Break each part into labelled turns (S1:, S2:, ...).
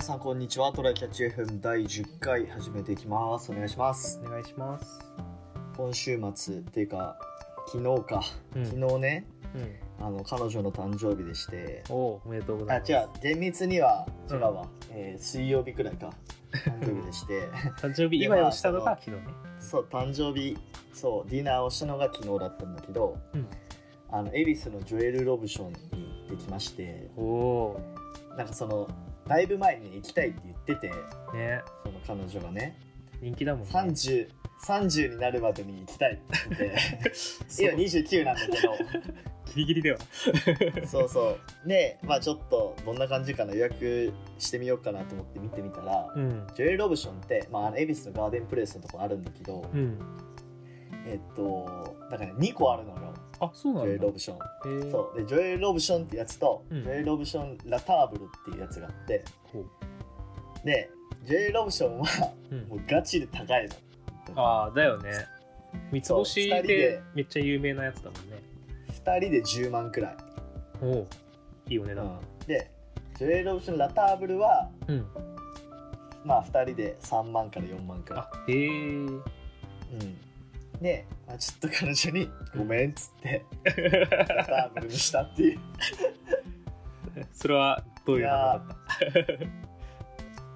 S1: さんこんにちはトライキャッチ FM 第10回始めていきますお願いします
S2: お願いします。
S1: 今週末っていうか昨日か、
S2: うん
S1: 昨日ね
S2: うん。
S1: あの彼女の誕生日でして
S2: おお、おめでとうご
S1: あ
S2: ざいます。
S1: 違う厳密には違
S2: うん
S1: うわ、えー水曜日くらいか誕生日でして
S2: 誕生日
S1: で
S2: 祝いをしたのが昨日ね。
S1: そう誕生日そうディナーをしたのが昨日だったんだけど、
S2: うん
S1: あの恵比寿のジョエル・ロブションに行ってきまして
S2: おお。
S1: なんかそのだいぶ前に行きたいって言ってて
S2: ね、
S1: その彼女がね
S2: 人気だもんね。
S1: 30, 30になるまでに行きたいっ て言ってて今29なんだけ
S2: ギリギリでは。
S1: どそうそうでまあちょっとどんな感じかな予約してみようかなと思って見てみたら、
S2: うん。
S1: ジョエル・ロブションって、まあ、あの恵比寿のガーデンプレイスのとこあるんだけど、
S2: うん。
S1: えっとだから、ね、2個あるのよ
S2: あ、そう
S1: ジ
S2: な
S1: ョエル・
S2: んだ
S1: ロ。ブション、
S2: へー
S1: そうでジョエル・ロブションってやつと、
S2: うん
S1: ジョエル・ロブション・ラターブルっていうやつがあって
S2: ほう。
S1: でジョエル・ロブションは
S2: うん
S1: もうガチで高いの
S2: ああ、だよね。三つ星
S1: そう二人で
S2: でめっちゃ有名なやつだもんね。
S1: 2人で10万くらい、
S2: おお。いいお値段。
S1: でジョエル・ロブション・ラターブルは
S2: うん。
S1: まあ2人で3万から4万くら
S2: あ、へえ。
S1: い、うん、で、まあ、ちょっと彼女に「ごめん」っつ ってラターブルにしたっていう
S2: それはどういう話だっ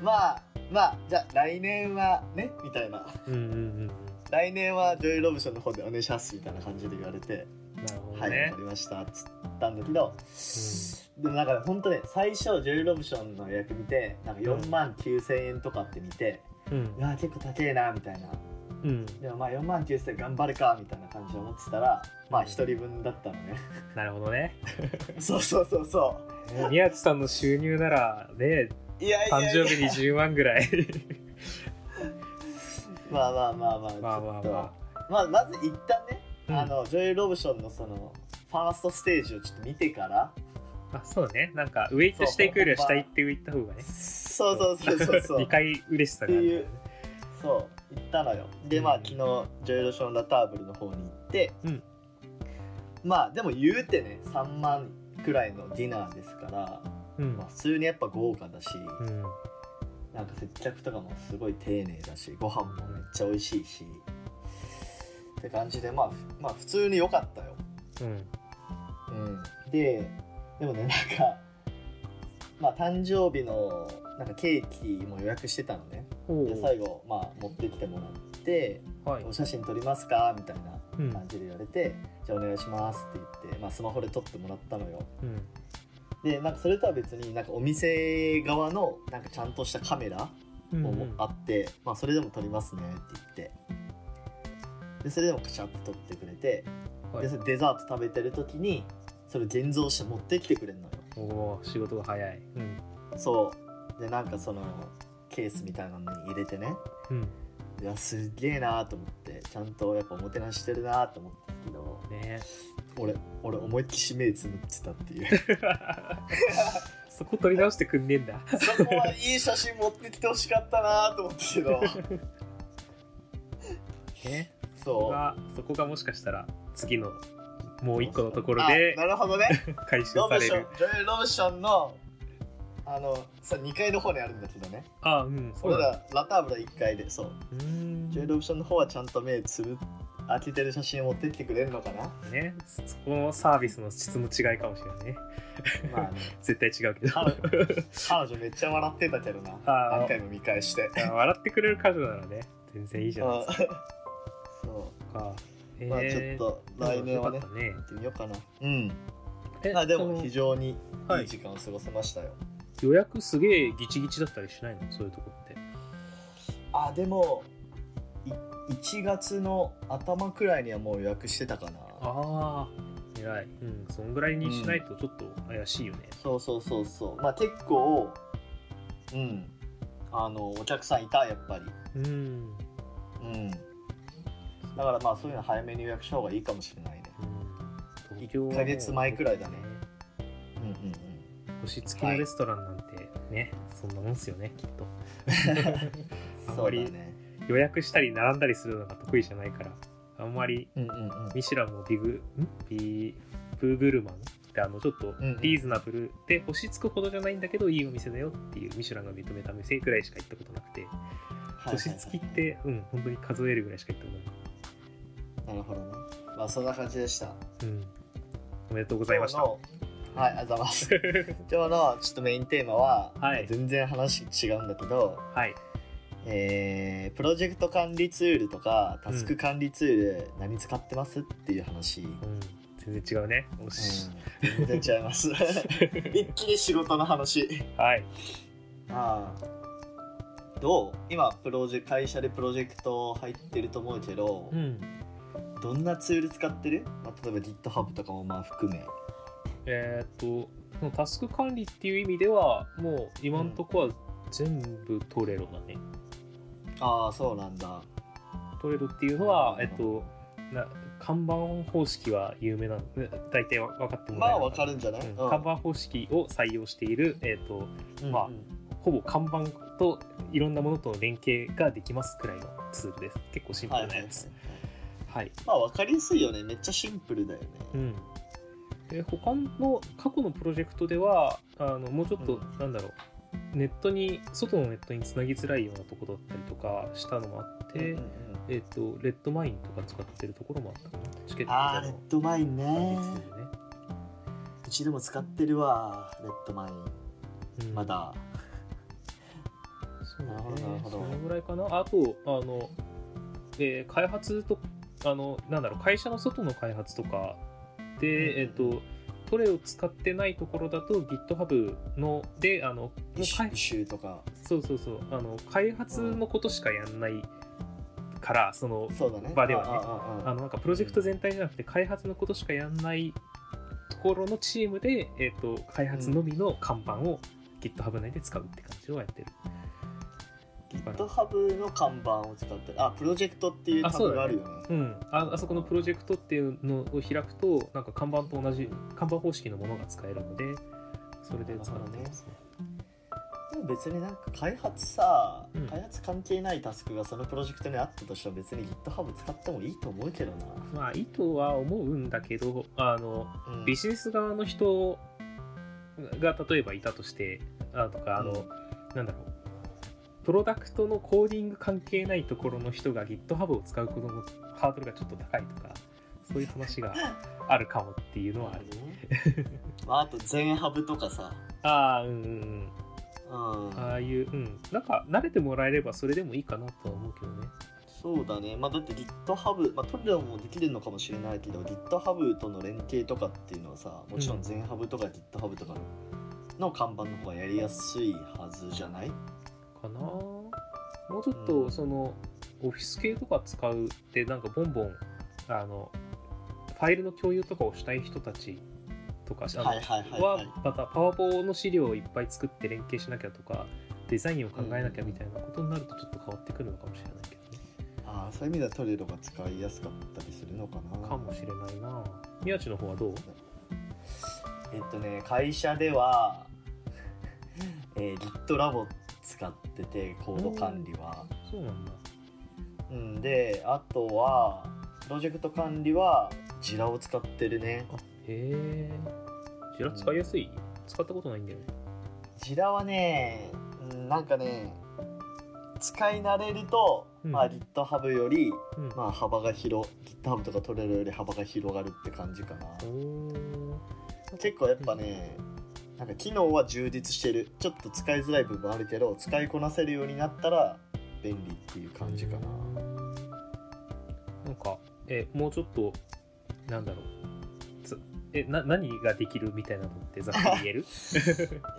S1: まあまあじゃあ来年はねみたいな
S2: た。うんうん
S1: 来年はジョイ・ロブションの方でお願いしますみたいな感じで言われて
S2: うん。な
S1: 「
S2: るほ
S1: は
S2: ど
S1: い分
S2: ね
S1: かり。ました」っつったんだけど、でもなんかねほんとね最初ジョイ・ロブションの予約見てなんか4万9000円とかって見て、
S2: うん
S1: う。わ結構高えなみたいな
S2: うん。
S1: でもまあ4万9000円頑張るかみたいな感じで思ってたらまあ1人分だったのね
S2: なるほどね。
S1: そうそうそうそう
S2: もう宮地さんの収入なら、ね、
S1: いやいやい
S2: 誕
S1: や
S2: 生日に10万ぐらい。
S1: まあまあまあまあちょっと、
S2: まあまあま
S1: まあ、まず一旦ね、
S2: うん
S1: あのジョエル・ロブションのそのファーストステージをちょっと見てから
S2: あ。あ、そうね。なんか、上行ってしていくよりは下行って上行った方がね。
S1: そうそうそうそうそう
S2: 2回嬉しさ
S1: って
S2: がある。
S1: いうそう行ったのよでまあ
S2: うん
S1: 昨日ジョエル・ロブション・ラターブルの方に行って、
S2: うん
S1: まあでも言うてね3万くらいのディナーですから、
S2: うん
S1: まあ、。普通にやっぱ豪華だし、
S2: うん。
S1: なんか接客とかもすごい丁寧だしご飯もめっちゃ美味しいし、って感じでまあふまあ普通に良かったよ
S2: うん。
S1: うん、ででもねなんかまあ誕生日のなんかケーキも予約してたのね
S2: お
S1: で最後、まあ、持ってきてもらって
S2: お。
S1: 「
S2: はい
S1: お。写真撮りますか?」みたいな
S2: うん。
S1: 感じで言われて「じゃあお願いします」って言って、まあ、スマホで撮ってもらったのよ
S2: うん。
S1: でなんかそれとは別になんかお店側のなんかちゃんとしたカメラ
S2: う
S1: も
S2: ん。
S1: あって、まあ、それでも撮りますねって言ってでそれでもカシャって撮ってくれて
S2: はい
S1: でそれデザート食べてる時にそれ現像して持ってきてくれるのよ
S2: おおー仕事が早い。うん。
S1: そうでなんかそのケースみたいなのに入れてね
S2: うん。
S1: いやすげえなーと思ってちゃんとやっぱおもてなししてるなーと思ったけど
S2: ね
S1: 俺俺思いっきり目つむってたっていう
S2: そこ取り直してくんねえんだ。
S1: そこはいい写真持ってきてほしかったなーと思ったけど
S2: ね。そこ
S1: そう
S2: が、そこがもしかしたら、次の、もう一個のところ
S1: あ
S2: で
S1: なるほどね
S2: 回収
S1: ロ
S2: さ
S1: ブ
S2: れ
S1: ショ
S2: る。
S1: ンジョエル・ロブションのあのさ2階の方にあるんだけどね
S2: あ、うん。そう
S1: 俺
S2: だ。
S1: らラターブラ1階でそう
S2: うーん。
S1: ジョエル・ロブションの方はちゃんと目つぶ開けてる写真を持ってきてくれるのか な
S2: ね。そそこのサービスの質の違いかもしれないね。
S1: まあね
S2: 絶対違うけど。
S1: 彼女彼女めっちゃ笑ってたけどな
S2: あー
S1: 何回も見返して
S2: あ笑ってくれる彼女ならね全然いいじゃないです
S1: そ
S2: か。え
S1: うまあちょっと来年はね行
S2: よかったね
S1: ってみようかなうん
S2: え
S1: まあでも
S2: その
S1: 非常に
S2: はい
S1: いい時間を過ごせましたよ、
S2: 予約すげえギチギチだったりしないのそういうとこって。
S1: あでもい1月の頭くらいにはもう予約してたかな
S2: ああ偉い。うんそんぐらいにしないとちょっと怪しいよね。
S1: そうそうそうそうまあ結構うんあのお客さんいたやっぱり
S2: うん。
S1: うんだからまあそういうの早めに予約した方がいいかもしれないね
S2: 東京はもう
S1: 一ヶ月前くらいだねうんうんうん
S2: 星付きのレストランなんてね、そんなもんっすよねきっとあん
S1: そ
S2: ま
S1: うだ
S2: り
S1: ね
S2: 予約したり並んだりするのが得意じゃないからあんまり
S1: うんうんうん
S2: ミシュランもビグんビブーグルマンってあのちょっと
S1: んうん
S2: リーズナブルで押し付くほどじゃないんだけどいいお店だよっていうミシュランが認めた店くらいしか行ったことなくて
S1: はいはいはい
S2: 押し付きってうん本当に数えるぐらいしか行ったことな
S1: なるほどねまあそんな感じでした
S2: いうんおめでとうございました
S1: 今日のはいありがとうございます 今日のちょっとメインテーマは、
S2: はい
S1: 全然話違うんだけど
S2: はい
S1: えープロジェクト管理ツールとかタスク管理ツール、何使ってますっていう話、うん
S2: うん全然違うねよし、
S1: 全然違います 一気に仕事の話
S2: はい
S1: ああどう今プロジェ会社でプロジェクト入ってると思うけど、
S2: うん
S1: どんなツール使ってる、まあ、例えば GitHub とかもまあ含め
S2: えーっとそのタスク管理っていう意味ではもう今のとこは全部トレロだね、
S1: ああそうなんだ
S2: トレロっていうのは、えっとな看板方式は有名なのえ大体わ分かっても
S1: ま
S2: らえ
S1: あ
S2: な
S1: わ
S2: い
S1: かるんじゃない、
S2: うん看板方式を採用している、えっとまあほぼ看板といろんなものとの連携ができますくらいのツールです結構シンプ
S1: はい
S2: ル
S1: はいはいは
S2: なや
S1: い
S2: つはい、
S1: まあわかりやすいよねめっちゃシンプルだよね、
S2: うん、で他の過去のプロジェクトではあのもうちょっと、
S1: う
S2: なんだろうネットに外のネットにつなぎづらいようなところだったりとかしたのもあって、
S1: うんうんうん
S2: えっ、とレッドマインとか使ってるところもあったかなチケット
S1: あーレッ
S2: の
S1: ドマイン
S2: 管
S1: ね
S2: 理ツールね、
S1: うちでも使ってるわレッドマイン
S2: うん
S1: まだ
S2: そうね
S1: なるほどなるほど
S2: そのぐらいかなあとあの、えー開発とあのなんだろう会社の外の開発とかで、えっ、
S1: うんうんう
S2: とトレを使ってないところだと GitHub のであの
S1: 一周
S2: 開
S1: 一周とか
S2: そうそうそうあの開発のことしかやんないから、その
S1: そうだね
S2: 場ではね
S1: ね
S2: あのなんかプロジェクト全体じゃなくて開発のことしかやんないところのチームで、えー、と開発のみの看板を GitHub 内で使うって感じをやってる。
S1: GitHub の看板を使ってあプロジェクトっていうタブがあるよね
S2: うん、ああそこのプロジェクトっていうのを開くとなんか看板と同じ看板方式のものが使えるのでそれで使ってますね。
S1: でも別になんか開発さ、
S2: うん
S1: 開発関係ないタスクがそのプロジェクトにあったとしても別に GitHub 使ってもいいと思うけどな、
S2: まあ意図は思うんだけどあの
S1: うん
S2: ビジネス側の人が例えばいたとしてあとかあの、
S1: うん
S2: なんだろうプロダクトのコーディング関係ないところの人が GitHub を使うことのハードルがちょっと高いとかそういう話があるかもっていうのはある。
S1: まあ、あと全ハブとかさ、
S2: ああうんうんうん
S1: うん、
S2: ああいう、うん、なんか慣れてもらえればそれでもいいかなとは思うけどね。
S1: そうだねまあだって GitHub、まあ、トレロもできるのかもしれないけど GitHub との連携とかっていうのはさもちろん全ハブとか GitHub とかの看板の方がやりやすいはずじゃない
S2: かなもうちょっ
S1: う
S2: と
S1: ん
S2: その、オフィス系とか使うってなんかボンボンあのファイルの共有とかをしたい人たちとかあの
S1: はいはいはいはい
S2: はまたパワポの資料をいっぱい作って連携しなきゃとかデザインを考えなきゃみたいなことになるとちょっと変わってくるのかもしれないけどね、
S1: ああそういう意味ではトレロが使いやすかったりするのかな
S2: かもしれないな宮地の方はどう
S1: えっとね会社では、 えー、GitLab 使っててコード管理は、
S2: そうなんだ
S1: うん、であとはプロジェクト管理は Jira を使ってるね
S2: あへえジラ使いやすい、使ったことないんだよね
S1: Jira はね、うん、なんかね使い慣れると、
S2: うん
S1: まあ、GitHub より、
S2: うん、
S1: まあ、幅が広 GitHub とか取れるより幅が広がるって感じかな
S2: おー
S1: 結構やっぱね、なんか機能は充実してるちょっと使いづらい部分あるけど使いこなせるようになったら便利っていう感じかな、
S2: なんかえもうちょっとなんだろうつえな何ができるみたいなのってざっく り言える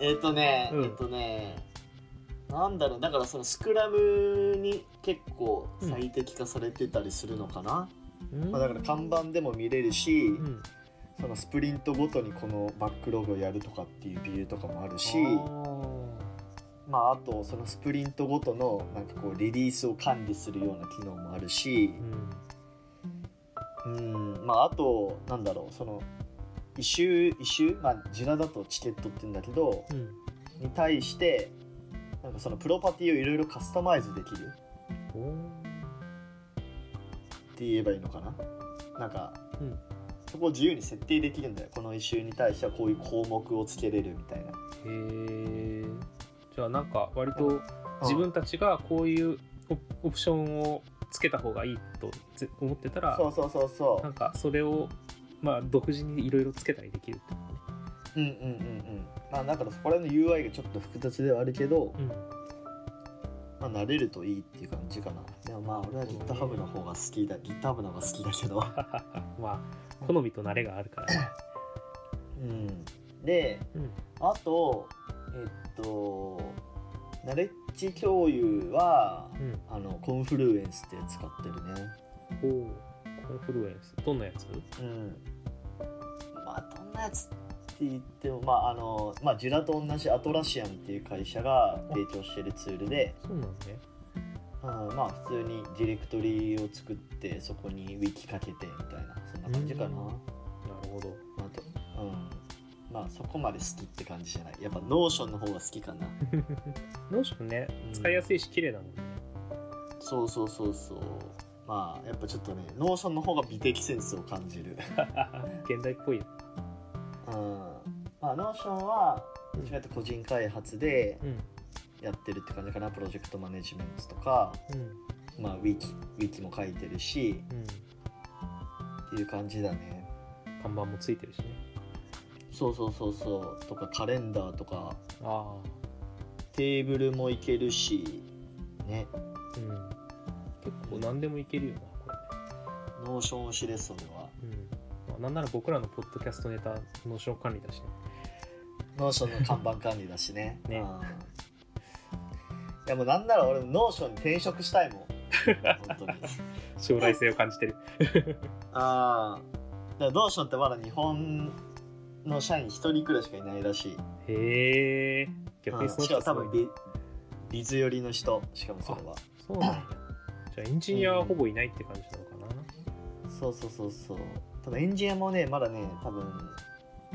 S1: えっ、とね、
S2: うん
S1: えっ、とねなんだろうだからそのスクラムに結構最適化されてたりするのかな、まあ、だから看板でも見れるし、
S2: うん
S1: そのスプリントごとにこのバックログをやるとかっていうビューとかもあるしまあ、あとそのスプリントごとのなんかこうリリースを管理するような機能もあるし、うんまああとなんだろうその異臭異臭まあジラだとチケットって言うんだけど
S2: うんうん
S1: に対してなんかそのプロパティをいろいろカスタマイズできる
S2: お
S1: っ
S2: ー
S1: て言えばいいのかななんか、
S2: うん
S1: そこを自由に設定できるんだよこの一周に対してはこういう項目をつけれるみたいな
S2: へえじゃあなんか割と自分たちがこういうオオプションをつけた方がいいとぜ思ってたら
S1: そうそうそうそ
S2: なんかそれをまあ独自にいろいろつけたりできると
S1: ううんうんうんうんまあだからそこら辺の UI がちょっと複雑ではあるけど、
S2: うん
S1: まあ、慣れるといいっていう感じかなでもまあ俺は GitHub の方が好きだ GitHub の方が好きだけど
S2: まあ好みと慣れがあるからね、
S1: うんで
S2: うん、
S1: あとえっとナレッジ共有は
S2: うん、
S1: あのコンフルエンスって使ってるね
S2: おおコンフルエンスどんなやつ
S1: うんまあどんなやつって言ってもまああのまあジュラと同じアトラシアンっていう会社が提供してるツールで、
S2: そうなんね
S1: うん、まあ普通にディレクトリを作ってそこにウィキかけてみたいなそんな感じかな、
S2: うんなるほど
S1: まあとうんまあそこまで好きって感じじゃないやっぱノーションの方が好きかな
S2: ノーションね使いやすいし綺麗だもん ね
S1: そうそうそうそうまあやっぱちょっとねノーションの方が美的センスを感じる
S2: 現代っぽいよ
S1: うんまあノーションはどっちかというと個人開発で
S2: うん
S1: やってるって感じかなプロジェクトマネジメントとか、
S2: うん
S1: まあ、ウィキウィキも書いてるし
S2: うん
S1: っていう感じだね
S2: 看板もついてるしね
S1: そうそうそうそうとかカレンダーとか
S2: ああ
S1: テーブルもいけるしね
S2: うん結構何でもいけるよなこ
S1: ノーション推しです俺は
S2: れ、うんまあ、なんなら僕らのポッドキャストネタノーション管理だしね
S1: ノーションの看板管理だしね
S2: ね
S1: うんいやもうなんなら俺もノーションに転職したいもん本当に
S2: 将来性を感じてる
S1: ああだからノーションってまだ日本の社員一人くらいしかいないらしい
S2: へえ逆にその
S1: しか
S2: 人
S1: も多
S2: すごい
S1: 分ビビズ寄りの人しかもそれは
S2: そうなんやじゃあエンジニアはほぼいないって感じなのかな、
S1: そうそうそうそう多分エンジニアもねまだね多分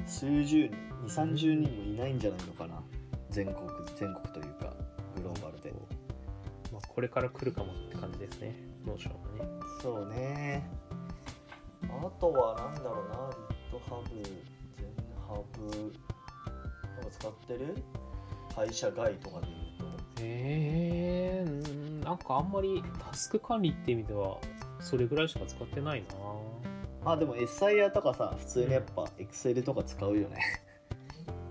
S1: 数十人二三十人もいないんじゃないのかな全国全国というかグローバルで
S2: まあ、これから来るかもって感じですねノーションはね
S1: そうねあとはなんだろうな GitHub 全ハブなんか使ってる会社外とかで言うと
S2: へえー、なんかあんまりタスク管理って意味ではそれぐらいしか使ってないな
S1: まあでも SIR とかさ普通にやっぱ Excel とか使うよね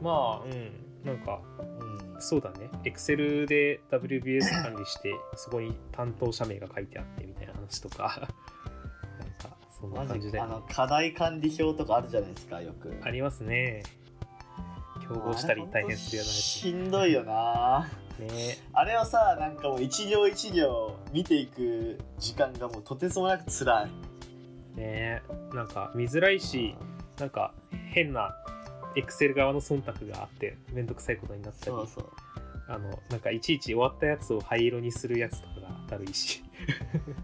S2: まあうんなんか
S1: うん
S2: そうだね Excel で WBS 管理してそこに担当者名が書いてあってみたいな話とか なんかそんな
S1: マ
S2: 感
S1: ジで
S2: じで
S1: あ
S2: あ
S1: の課題管理表とかあるじゃないですかよく
S2: りますね競合したり大変するよ
S1: しんどいよな
S2: うなやつね
S1: あれをさなんかもう一行一行見ていく時間がもうとてつもなく辛い
S2: ねなんか見づらいしなんか変な Excel 側の忖度があってめんどくさいことになったり
S1: そうそう
S2: あのなんかいちいち終わったやつを灰色にするやつとかがだるいし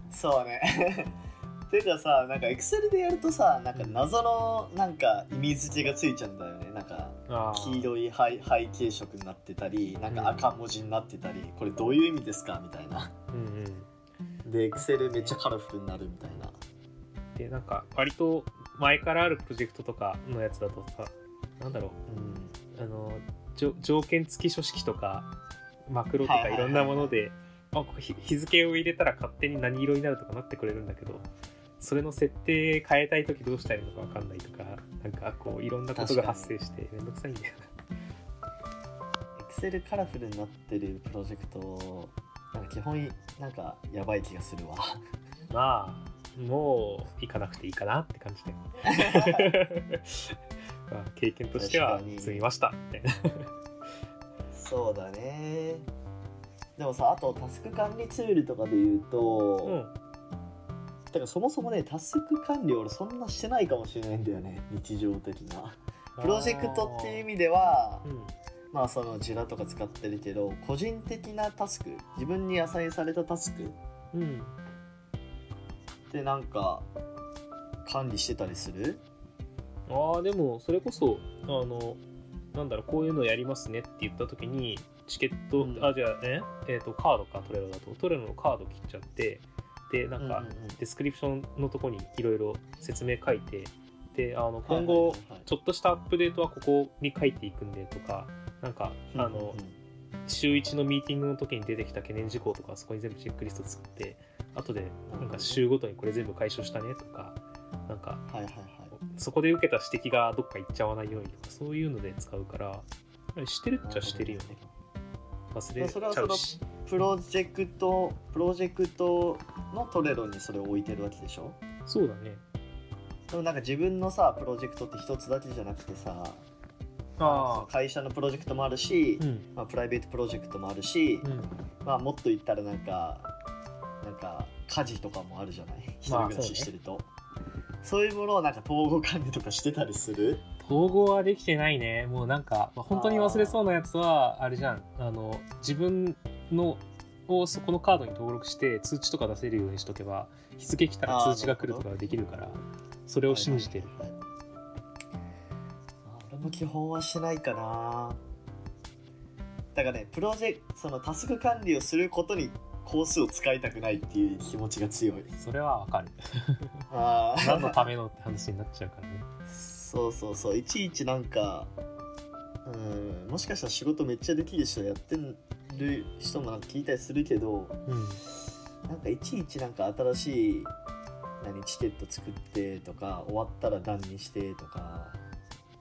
S1: そうね ていうかさなんかエクセルでやるとさなんか謎のなんか意味付けがついちゃうんだよねなんか
S2: あー
S1: 黄色い背背景色になってたりなんか赤文字になってたり、これどういう意味ですかみたいな
S2: うんうん
S1: でエクセルめっちゃカラフルになるみたいな
S2: でなんか割と前からあるプロジェクトとかのやつだとさなんだろ
S1: うん
S2: うあのじょ条件付き書式とかマクロと
S1: はい
S2: か
S1: はい
S2: い
S1: はい
S2: ろんなもので、あこう日日付を入れたら勝手に何色になるとかなってくれるんだけどそれの設定変えたい時どうしたらいいのか分かんないとかなんかこういろんなことが発生してめんどくさいんだよ な。
S1: エクセルカラフルになってるプロジェクトなんか基本なんかやばい気がするわ
S2: まあもう行かなくていいかなって 感じで、 まあ、経験としては
S1: 確かに
S2: 積みましたみたいな
S1: そうだねでもさあとタスク管理ツールとかで言うと、
S2: うん
S1: だからそもそもねタスク管理俺そんなしてないかもしれないんだよね日常的なプロジェクトっていう意味では
S2: うん
S1: まあそのジュラとか使ってるけど個人的なタスク自分にアサインされたタスクっ
S2: うん、
S1: てなんか管理してたりする
S2: ああでもそれこそあのなんだろうこういうのやりますねって言った時にチケット、
S1: うん
S2: あじゃあええーとカードかトレロだとトレロのカード切っちゃってでなんか、
S1: うんうんうん
S2: ディスクリプションのとこにいろいろ説明書いてってあの今後
S1: はいはいはい
S2: ちょっとしたアップデートはここに書いていくんでとかなんか
S1: う
S2: あ
S1: んうん
S2: の
S1: うん
S2: 週1のミーティングの時に出てきた懸念事項とかそこに全部チェックリスト作って後でなんか週ごとにこれ全部解消したねとかなんか
S1: はいはいはい
S2: そこで受けた指摘がどっか行っちゃわないようにとかそういうので使うからしてるっちゃしてるよね忘れちゃうし
S1: プロジェクトプロジェクトのトレロにそれを置いてるわけでしょ
S2: そうだね
S1: でもなんか自分のさプロジェクトって一つだけじゃなくてさ
S2: あ
S1: 会社のプロジェクトもあるし、
S2: うん
S1: まあ、プライベートプロジェクトもあるし、
S2: うん
S1: まあもっと言ったらなんかなんか家事とかもあるじゃない一人暮らししてると、そういうものをなんか統合管理とかしてたりする
S2: 統合はできてないねもうなんか、まあ、本当に忘れそうなやつはあれじゃんあの自分のをそこのカードに登録して通知とか出せるようにしとけば日付来たら通知が来るとかができるからそれを信じてる、
S1: はいはいはいまあ俺も基本はしないかなだからねプロジェそのタスク管理をすることに工数を使いたくないっていう気持ちが強い
S2: それはわかる
S1: あー
S2: 何のためのって話になっちゃうからね
S1: そうそうそういちいちなんかうんもしかしたら仕事めっちゃできる人やってる人もなんか聞いたりするけど
S2: うん
S1: なんかいちいちなんか新しい何チケット作ってとか終わったら段にしてとか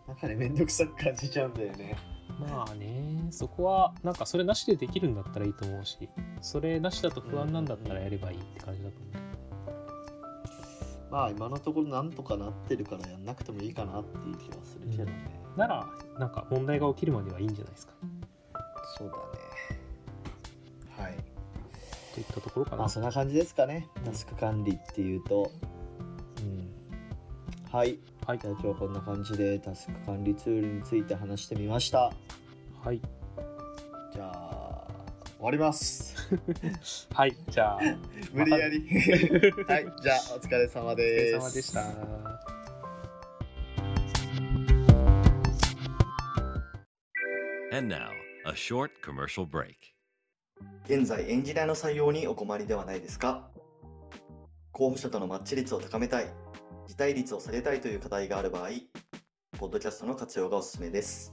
S1: なんかね面倒くさく感じちゃうんだよね
S2: まあねそこはなんかそれなしでできるんだったらいいと思うしそれなしだと不安なんだったらやればいいって感じだと思う、
S1: まあ今のところなんとかなってるからやんなくてもいいかなっていう気はするけどね、
S2: ならなんか問題が起きるまではいいんじゃないですか
S1: そうだねはい
S2: といったところか
S1: ま
S2: な
S1: あそんな感じですかねタスク管理っていうとうんはい
S2: はい
S1: じゃあ今日はこんな感じでタスク管理ツールについて話してみました
S2: はい
S1: じゃあ終わります
S2: はい、じゃあ、
S1: 無理やりはいじゃあお疲れ様
S2: お疲れ
S1: です
S2: 様でした。
S3: And now, a short commercial break.
S1: 現在エンジニアの採用にお困りではないですか候補者とのマッチ率を高めたい辞退率を下げたいという課題がある場合ポッドキャストの活用がおすすめです